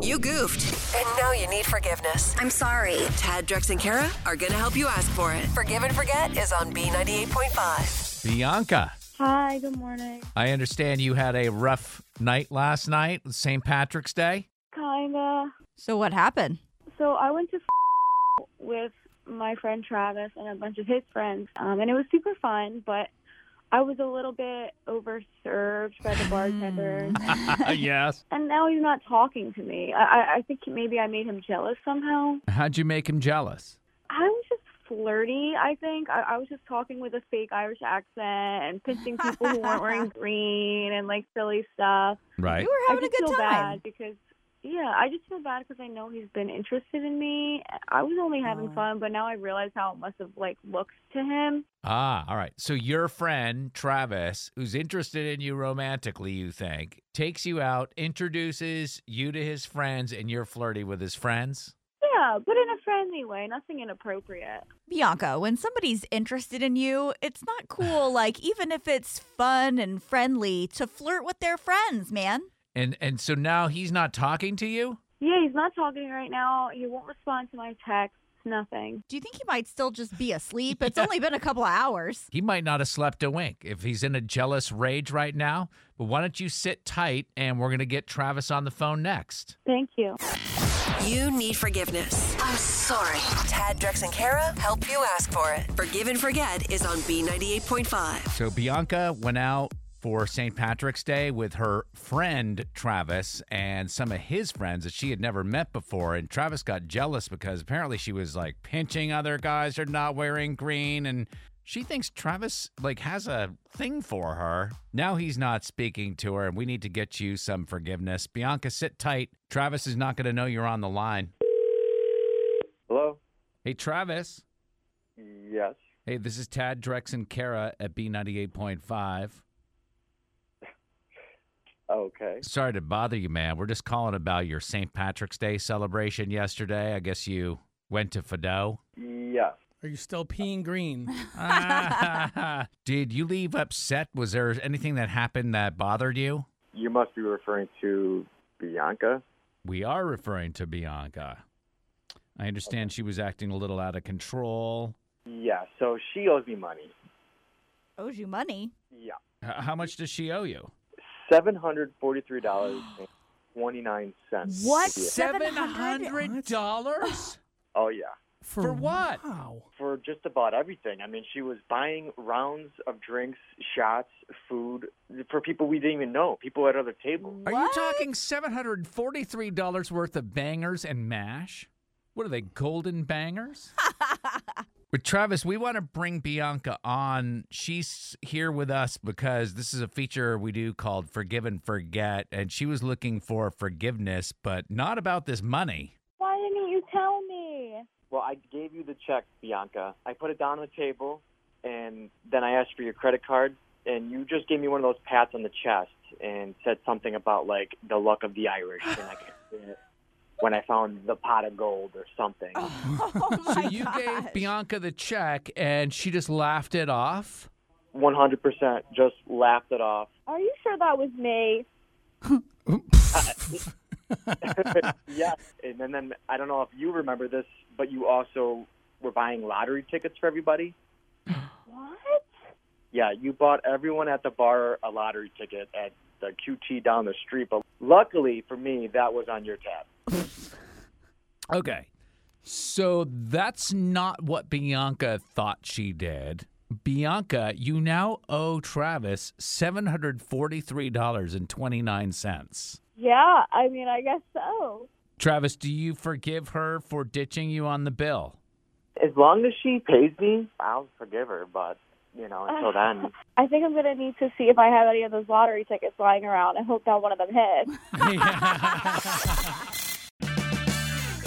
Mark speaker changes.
Speaker 1: You goofed. And now you need forgiveness.
Speaker 2: I'm sorry.
Speaker 1: Tad, Drex, and Kara are going to help you ask for it. Forgive and Forget is on B98.5.
Speaker 3: Bianca,
Speaker 4: Hi, good morning.
Speaker 3: I understand you had a rough night last night, St. Patrick's Day.
Speaker 4: Kinda.
Speaker 2: So what happened?
Speaker 4: So I went to with my friend Travis and a bunch of his friends, um, and it was super fun, but I was a little bit overserved by the bartender.
Speaker 2: Hmm.
Speaker 3: yes.
Speaker 4: and now he's not talking to me. I, I- I think maybe I made him jealous somehow.
Speaker 5: How'd you make him jealous?
Speaker 4: I was just flirty, I think. I, I was just talking with a fake Irish accent and pinching people who weren't wearing green and like silly stuff.
Speaker 5: Right.
Speaker 2: You were having
Speaker 4: I
Speaker 2: a
Speaker 4: just
Speaker 2: good
Speaker 4: feel
Speaker 2: time.
Speaker 4: bad because yeah, I just feel bad because I know he's been interested in me. I was only having fun, but now I realize how it must have like looked to him.
Speaker 3: Ah, all right. So your friend Travis, who's interested in you romantically, you think, takes you out, introduces you to his friends, and you're flirty with his friends.
Speaker 4: Yeah, but in a friendly way, nothing inappropriate.
Speaker 2: Bianca, when somebody's interested in you, it's not cool, like, even if it's fun and friendly, to flirt with their friends, man.
Speaker 3: And and so now he's not talking to you?
Speaker 4: Yeah, he's not talking right now. He won't respond to my texts. Nothing.
Speaker 2: Do you think he might still just be asleep? It's only been a couple of hours.
Speaker 3: He might not have slept a wink if he's in a jealous rage right now. But why don't you sit tight and we're going to get Travis on the phone next?
Speaker 4: Thank you.
Speaker 1: You need forgiveness. I'm sorry. Tad, Drex, and Kara help you ask for it. Forgive and Forget is on B98.5.
Speaker 3: So Bianca went out for St. Patrick's Day with her friend Travis and some of his friends that she had never met before. And Travis got jealous because apparently she was like pinching other guys or not wearing green and she thinks Travis like has a thing for her. Now he's not speaking to her and we need to get you some forgiveness. Bianca, sit tight. Travis is not going to know you're on the line.
Speaker 6: Hello?
Speaker 3: Hey Travis.
Speaker 6: Yes.
Speaker 3: Hey, this is Tad Drex and Kara at B98.5.
Speaker 6: Okay.
Speaker 3: Sorry to bother you, man. We're just calling about your St. Patrick's Day celebration yesterday. I guess you went to Fido.
Speaker 6: Yes.
Speaker 7: Are you still peeing green?
Speaker 3: Did you leave upset? Was there anything that happened that bothered you?
Speaker 6: You must be referring to Bianca.
Speaker 3: We are referring to Bianca. I understand she was acting a little out of control.
Speaker 6: Yeah, so she owes me money.
Speaker 2: Owes you money.
Speaker 6: Yeah.
Speaker 3: H- how much does she owe you?
Speaker 6: Seven hundred forty three dollars and twenty nine cents.
Speaker 2: What?
Speaker 6: Yeah.
Speaker 2: $700?
Speaker 3: dollars?
Speaker 6: Oh yeah.
Speaker 3: For what?
Speaker 7: Wow.
Speaker 6: For just about everything. I mean she was buying rounds of drinks, shots, food for people we didn't even know, people at other tables.
Speaker 3: Are you talking seven hundred forty-three dollars worth of bangers and mash? What are they, golden bangers? But Travis, we want to bring Bianca on. She's here with us because this is a feature we do called Forgive and Forget, and she was looking for forgiveness, but not about this money.
Speaker 4: Why didn't you tell me?
Speaker 6: Well, I gave you the check, Bianca. I put it down on the table, and then I asked for your credit card, and you just gave me one of those pats on the chest and said something about like the luck of the Irish, and I can't say it, when I found the pot of gold or something.
Speaker 2: Oh my
Speaker 3: So you gave Bianca the check, and she just laughed it off.
Speaker 6: One hundred percent, just laughed it off.
Speaker 4: Are you sure that was me?
Speaker 6: Yes, and then, then I don't know if you remember this, but you also were buying lottery tickets for everybody.
Speaker 4: What?
Speaker 6: Yeah, you bought everyone at the bar a lottery ticket at the QT down the street, but luckily for me, that was on your tab.
Speaker 3: Okay. So that's not what Bianca thought she did. Bianca, you now owe Travis $743.29.
Speaker 4: Yeah, I mean, I guess so.
Speaker 3: Travis, do you forgive her for ditching you on the bill?
Speaker 6: As long as she pays me, I'll forgive her. But you know, until then,
Speaker 4: I think I'm going to need to see if I have any of those lottery tickets lying around. I hope that one of them hits.